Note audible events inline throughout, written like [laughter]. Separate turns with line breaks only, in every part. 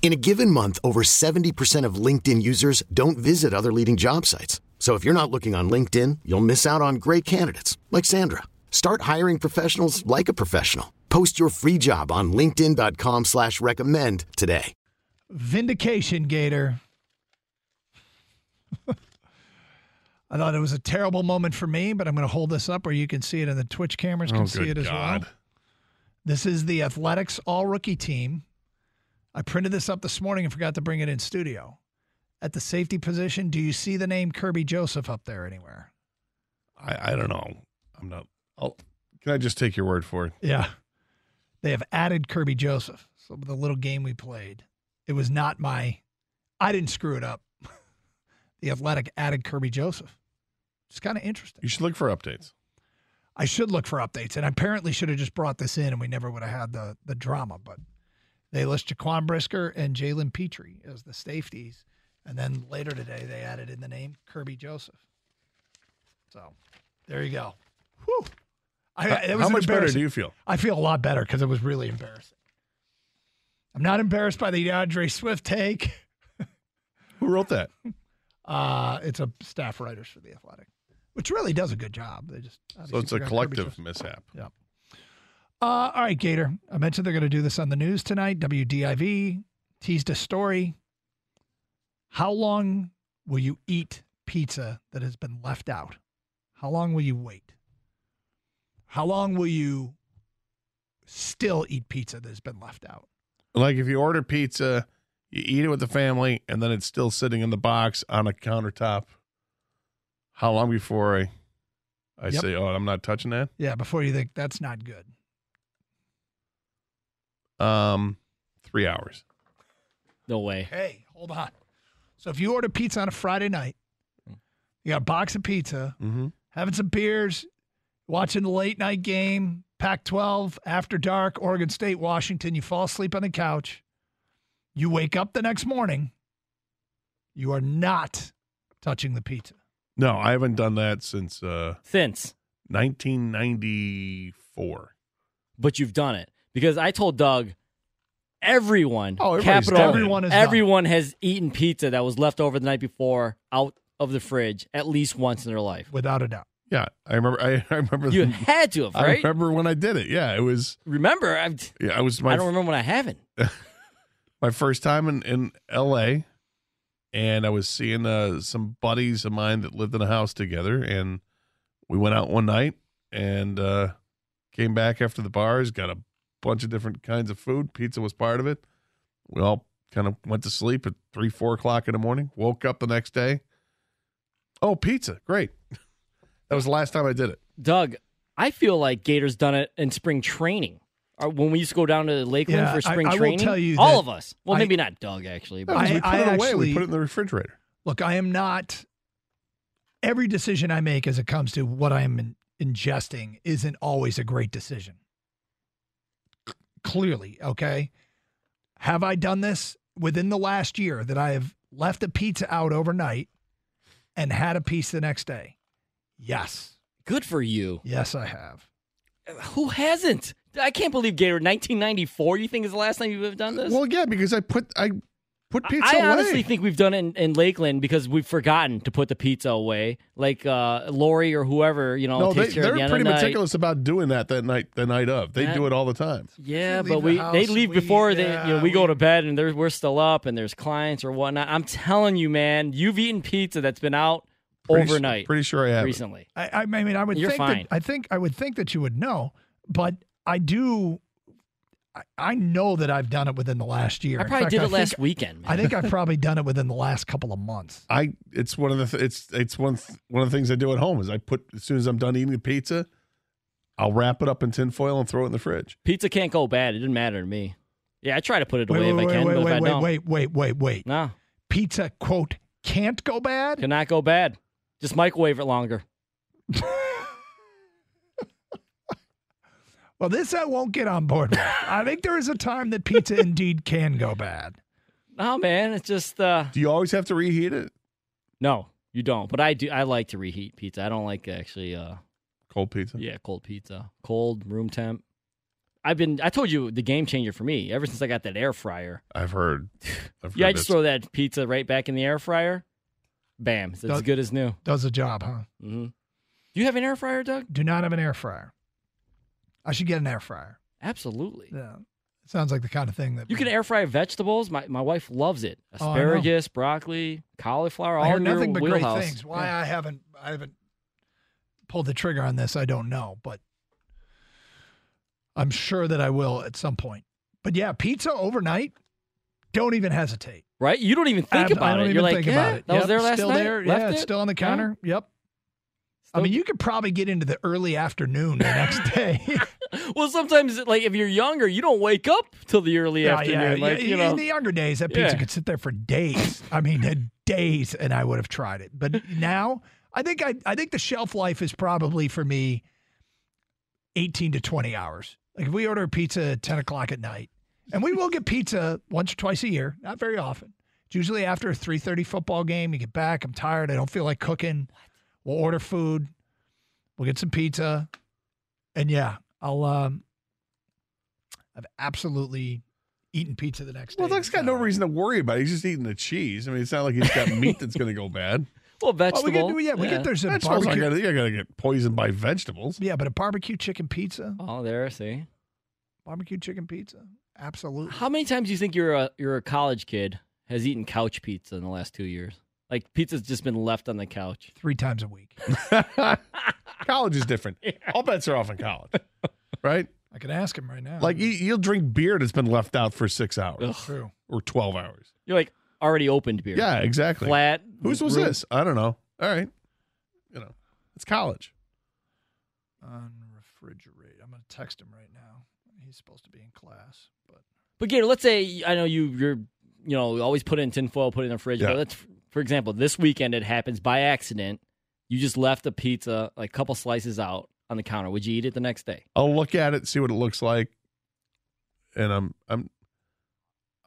In a given month, over 70% of LinkedIn users don't visit other leading job sites. So if you're not looking on LinkedIn, you'll miss out on great candidates like Sandra. Start hiring professionals like a professional. Post your free job on LinkedIn.com slash recommend today.
Vindication Gator. [laughs] I thought it was a terrible moment for me, but I'm going to hold this up where you can see it, and the Twitch cameras can
Oh,
see
good
it as
God.
well. This is the Athletics All Rookie Team. I printed this up this morning and forgot to bring it in studio. At the safety position, do you see the name Kirby Joseph up there anywhere?
I, I don't know. I'm not. I'll, can I just take your word for it?
Yeah. They have added Kirby Joseph. So the little game we played, it was not my, I didn't screw it up. [laughs] the Athletic added Kirby Joseph. It's kind of interesting.
You should look for updates.
I should look for updates, and I apparently should have just brought this in, and we never would have had the the drama. But they list Jaquan Brisker and Jalen Petrie as the safeties, and then later today they added in the name Kirby Joseph. So there you go. Whew. I, it was
How
an
much better
embarrassing-
do you feel?
I feel a lot better because it was really embarrassing. I'm not embarrassed by the DeAndre Swift take.
Who
[laughs]
wrote that?
Uh, it's a staff writers for the Athletic, which really does a good job. They just
so
obviously
it's a
forgot Kirby Joseph.
collective mishap.
Yep. Uh, all right, Gator. I mentioned they're going to do this on the news tonight. WDIV teased a story. How long will you eat pizza that has been left out? How long will you wait? How long will you still eat pizza that has been left out?
Like if you order pizza, you eat it with the family, and then it's still sitting in the box on a countertop. How long before I, I
Yep.
say, oh, I'm not touching that?
Yeah, before you think that's not good.
Um, three hours.
No way.
Hey, hold on. So if you order pizza on a Friday night, you got a box of pizza,
Mm-hmm.
having some beers, watching the late night game, Pac 12, after dark, Oregon State, Washington. You fall asleep on the couch. You wake up the next morning. You are not touching the pizza.
No, I haven't done that since uh,
Since,
1994.
but you've done it because I told Doug, everyone,
Oh, everybody's
capital,
done it.
Everyone has done it.
everyone has eaten pizza that was left over the night before out of the fridge at least once in their life.
Without a doubt.
Yeah, I remember. I, [laughs] I remember.
You
the-
had to have,
I
right?
remember when I did it. Yeah, it was.
Remember, I,
Yeah, I was. My
I don't remember when I haven't.
my first time in, in LA and I was seeing uh, some buddies of mine that lived in a house together and we went out one night and uh, came back after the bars, got a bunch of different kinds of food. Pizza was part of it. We all kind of went to sleep at three, four o'clock in the morning, woke up the next day. Oh, pizza. Great. [laughs] That was the last time I did it.
Doug, I feel like Gator's done it in spring training. Or When we used to go down to Lakeland
Yeah,
for
I-
spring
I will
training,
tell you that
all of us. Well,
I-
maybe not Doug actually,
No,
but
'cause we put
I- I
it away.
actually-
we put it in the refrigerator.
Look, I am not. Every decision I make as it comes to what I am in- ingesting isn't always a great decision. C- Clearly, okay. Have I done this within the last year that I have left a pizza out overnight and had a piece the next day? Yes.
good for you.
Yes, I have.
Who hasn't? I can't believe Gator. 1994. You think is the last time you've ever done this?
Well, yeah, because I put I put
I-
pizza
I
away.
honestly think we've done it in, in Lakeland because we've forgotten to put the pizza away. Like uh, Lori or whoever, you know,
No, they,
takes care
they're
of the end
pretty
of the night.
meticulous about doing that that night, the night of. They
Yeah.
do it all the time.
Yeah,
We
but
leave
we
the house,
they leave
we-
before they you
yeah,
know we, go
we-
to bed and there's we're still up and there's clients or whatnot. I'm telling you, man, you've eaten pizza that's been out
Pretty su-
overnight
pretty sure I have. it.
recently.
I, I mean, I would
You're
think
fine.
That, I think I would think that you would know, but I do I, I know that I've done it within the last year.
I
In
probably
fact,
did it
I
last
think-
weekend. Man.
I think I've probably done it within the last couple of months.
I it's one of the th- it's it's one th- one of the things I do at home is I put as soon as I'm done eating the pizza, I'll wrap it up in tinfoil and throw it in the fridge.
Pizza can't go bad. It didn't matter to me. Yeah, I try to put it away
wait,
if
wait,
I can,
wait,
but if
wait,
I
wait,
don't,
wait, wait, wait, wait.
no,
Pizza quote can't go bad.
cannot go bad. Just microwave it longer.
Well, this I won't get on board
[laughs]
with. I think there is a time that pizza indeed can go bad.
No, man, it's just uh,
Do you always have to reheat it?
no, you don't. But I do. I like to reheat pizza. I don't like actually. Uh,
Cold pizza.
yeah, cold pizza, cold room temp. I've been. I told you the game changer for me. Ever since I got that air fryer.
I've
[laughs]
heard. I've
Yeah, I
heard
just
it's-
throw that pizza right back in the air fryer. Bam, it's as
Does-
good as new.
Does the job, huh?
hmm Do you have an air fryer, Doug?
Do not have an air fryer. I should get an air fryer.
Absolutely.
Yeah. Sounds like the kind of thing that
You can
would-
air fry vegetables. My my wife loves it.
Oh, I know.
Asparagus, broccoli, cauliflower, all
I hear
in your
nothing but
wheelhouse.
great things. Why
Yeah.
I haven't I haven't pulled the trigger on this, I don't know, but I'm sure that I will at some point. But yeah, pizza overnight. Don't even hesitate.
Right? You don't even think
I-
about
I don't
it.
Even
You're like,
think
yeah,
about it.
that was
Yep,
there last
still
night.
There.
Left
yeah, it's
it?
still on the
Yeah.
counter. Yep. I
Still-
mean, you could probably get into the early afternoon the next [laughs] day.
[laughs] well, sometimes like if you're younger, you don't wake up till the early
Yeah,
afternoon.
yeah,
like
yeah.
you know,
in the younger days, that pizza
Yeah.
could sit there for days. I mean, uh, days, and I would have tried it. But
[laughs]
now, I think I, I think the shelf life is probably for me, eighteen to twenty hours. Like if we order pizza at ten o'clock at night, and we will get pizza once or twice a year, not very often. It's usually after a three thirty football game. You get back, I'm tired, I don't feel like cooking. We'll order food, we'll get some pizza, and yeah, I'll um, I've absolutely eaten pizza the next
Well,
day.
Doug's got no
Uh,
reason to worry about. it. He's just eating the cheese. I mean, it's not like he's got meat that's going to go bad.
[laughs] well,
Oh,
vegetable.
we get, yeah, we get there's a
Vegetables aren't
barbecue.
gonna, you're going to get poisoned by vegetables.
Yeah, but a barbecue chicken pizza,
Oh, there. See,
barbecue chicken pizza, absolutely.
how many times do you think you're a you're a college kid has eaten couch pizza in the last two years? Like pizza's just been left on the couch.
Three times a week.
[laughs] college is different. All bets are off in college, [laughs] right?
I can ask him right now.
Like you, you'll drink beer that's been left out for six hours
Ugh.
true.
or twelve hours.
You're like already opened beer.
Yeah, exactly.
Flat.
Whose was
room-
this? I don't know. All right. You know, it's college.
Unrefrigerate. I'm gonna text him right now. He's supposed to be in class, but
But Gator, let's say I know you you're you know always put it in tinfoil, put it in the fridge.
Yeah.
But let's for example, this weekend it happens by accident. You just left a pizza, like a couple slices out on the counter. Would you eat it the next day?
I'll look at it, see what it looks like. And I'm I'm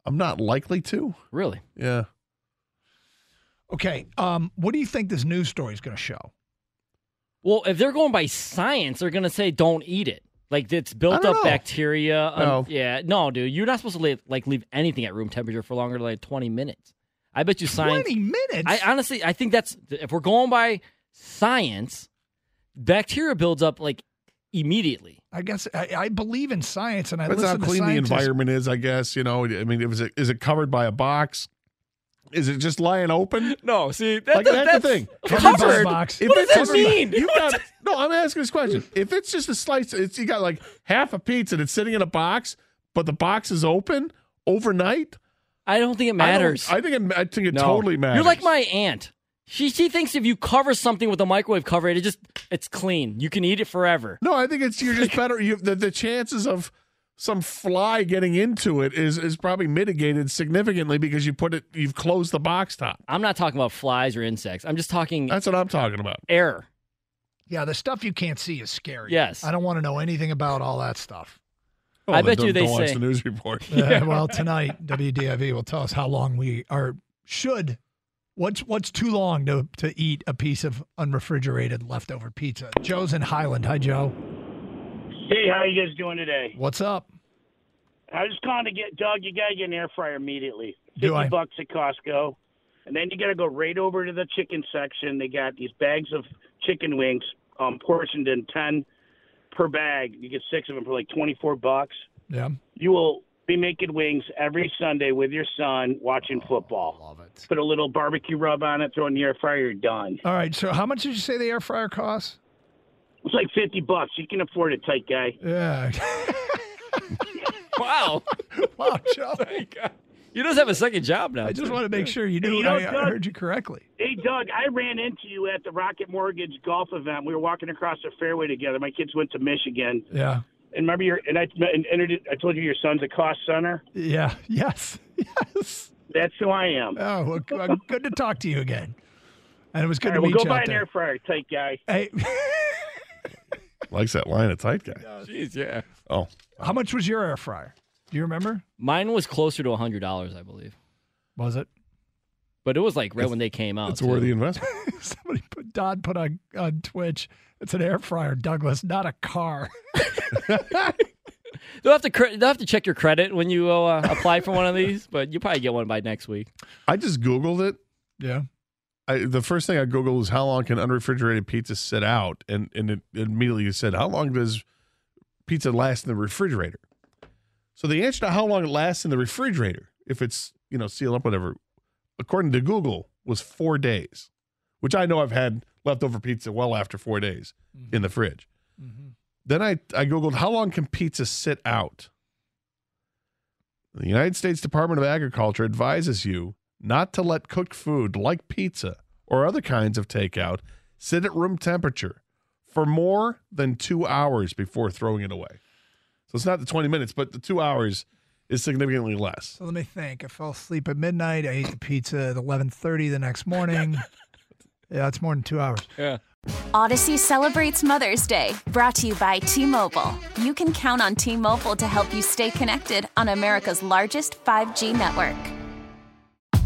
I'm not likely to.
Really?
Yeah.
okay. Um, what do you think this news story is gonna show?
Well, if they're going by science, they're gonna say don't eat it. Like it's built
don't
up
know.
bacteria. um,
No.
yeah, no, dude, you're not supposed to leave, like leave anything at room temperature for longer than like 20 minutes. I bet you science.
Twenty minutes.
I honestly, I think that's if we're going by science, bacteria builds up like immediately.
I guess I, I believe in science, and I
That's
listen
how
to
clean the
scientists.
environment is, I guess. You know, I mean, it was it is it covered by a box? Is it just lying open?
No, see,
Like, that's the thing.
Covered by
Covered.
a box.
What does
it's
that
just-
mean?
You've got, no, I'm asking this question. If it's just a slice, it's you got like half a pizza that's sitting in a box, but the box is open overnight.
I don't think it
I don't-
matters.
I, think it, I think it
No.
totally matters.
You're like my aunt. She she thinks if you cover something with a microwave cover, it just it's clean. You can eat it forever.
No, I think it's you're
[laughs]
just better. You the, the chances of some fly getting into it is is probably mitigated significantly because you put it you've closed the box top.
I'm not talking about flies or insects. I'm just talking
That's what I'm talking about.
air.
Yeah, the stuff you can't see is scary.
Yes.
I don't want to know anything about all that
[laughs]
stuff.
Oh,
I
then
bet you
don't-
they
don't watch
say-
the news report. [laughs]
Uh, well, tonight WDIV E will tell us how long we are should. What's what's too long to to eat a piece of unrefrigerated leftover pizza? Joe's in Highland. Hi, Joe.
Hey, how you guys doing today?
What's up?
I was calling to get Doug. You gotta get an air fryer immediately.
Do
Fifty
I?
bucks at Costco, and then you gotta go right over to the chicken section. They got these bags of chicken wings, um, portioned in ten per bag. You get six of them for like twenty-four bucks.
Yeah,
You will be making wings every Sunday with your son, watching football.
Oh, love it.
Put a little barbecue rub on it, throw it in the air fryer, you're done.
All right. So, how much did you say the air fryer costs?
It's like fifty bucks. You can afford it, tight guy.
Yeah.
Wow.
[laughs]
[laughs]
Wow, Joe.
Thank God. You just have a second job now.
I just want to make sure you knew
You know,
I, I
Doug-
heard you correctly.
Hey, Doug, I ran into you at the Rocket Mortgage golf event. We were walking across the fairway together. My kids went to Michigan.
Yeah.
And remember, your, and I, and, and I told you your son's a cost center?
Yeah. Yes. [laughs] Yes.
That's who I am.
Oh, well, g- uh, good to talk to you again. And it was good
All
to
right, well,
meet
go
you
buy
out
an air
there.
fryer, tight guy.
Hey, [laughs]
Likes that line of tight guy.
Jeez, yeah.
Oh,
how much was your air fryer? Do you remember?
Mine was closer to $100, I believe.
Was it
But it was like right when they came out.
it's
too.
worthy investment.
[laughs] somebody put Don put on on Twitch? It's an air fryer, Douglas, not a car. [laughs]
They'll have to cre- they'll have to check your credit when you uh, apply for one of these, but you'll probably get one by next week.
I just Googled it.
Yeah.
I, the first thing I Googled was how long can unrefrigerated pizza sit out? And, and it immediately said, how long does pizza last in the refrigerator? So the answer to how long it lasts in the refrigerator, if it's, you know, sealed up, whatever, according to Google, was four days, which I know I've had leftover pizza well after four days in the fridge. Then I, I Googled how long can pizza sit out? The United States Department of Agriculture advises you not to let cooked food like pizza or other kinds of takeout sit at room temperature for more than two hours before throwing it away. So it's not the 20 minutes, but the two hours is significantly less.
So let me think. I fell asleep at midnight. I ate the pizza at eleven thirty the next [laughs] morning. yeah, it's more than two hours.
Yeah.
Odyssey celebrates Mother's Day, brought to you by T Mobile. You can count on T Mobile to help you stay connected on America's largest 5G network.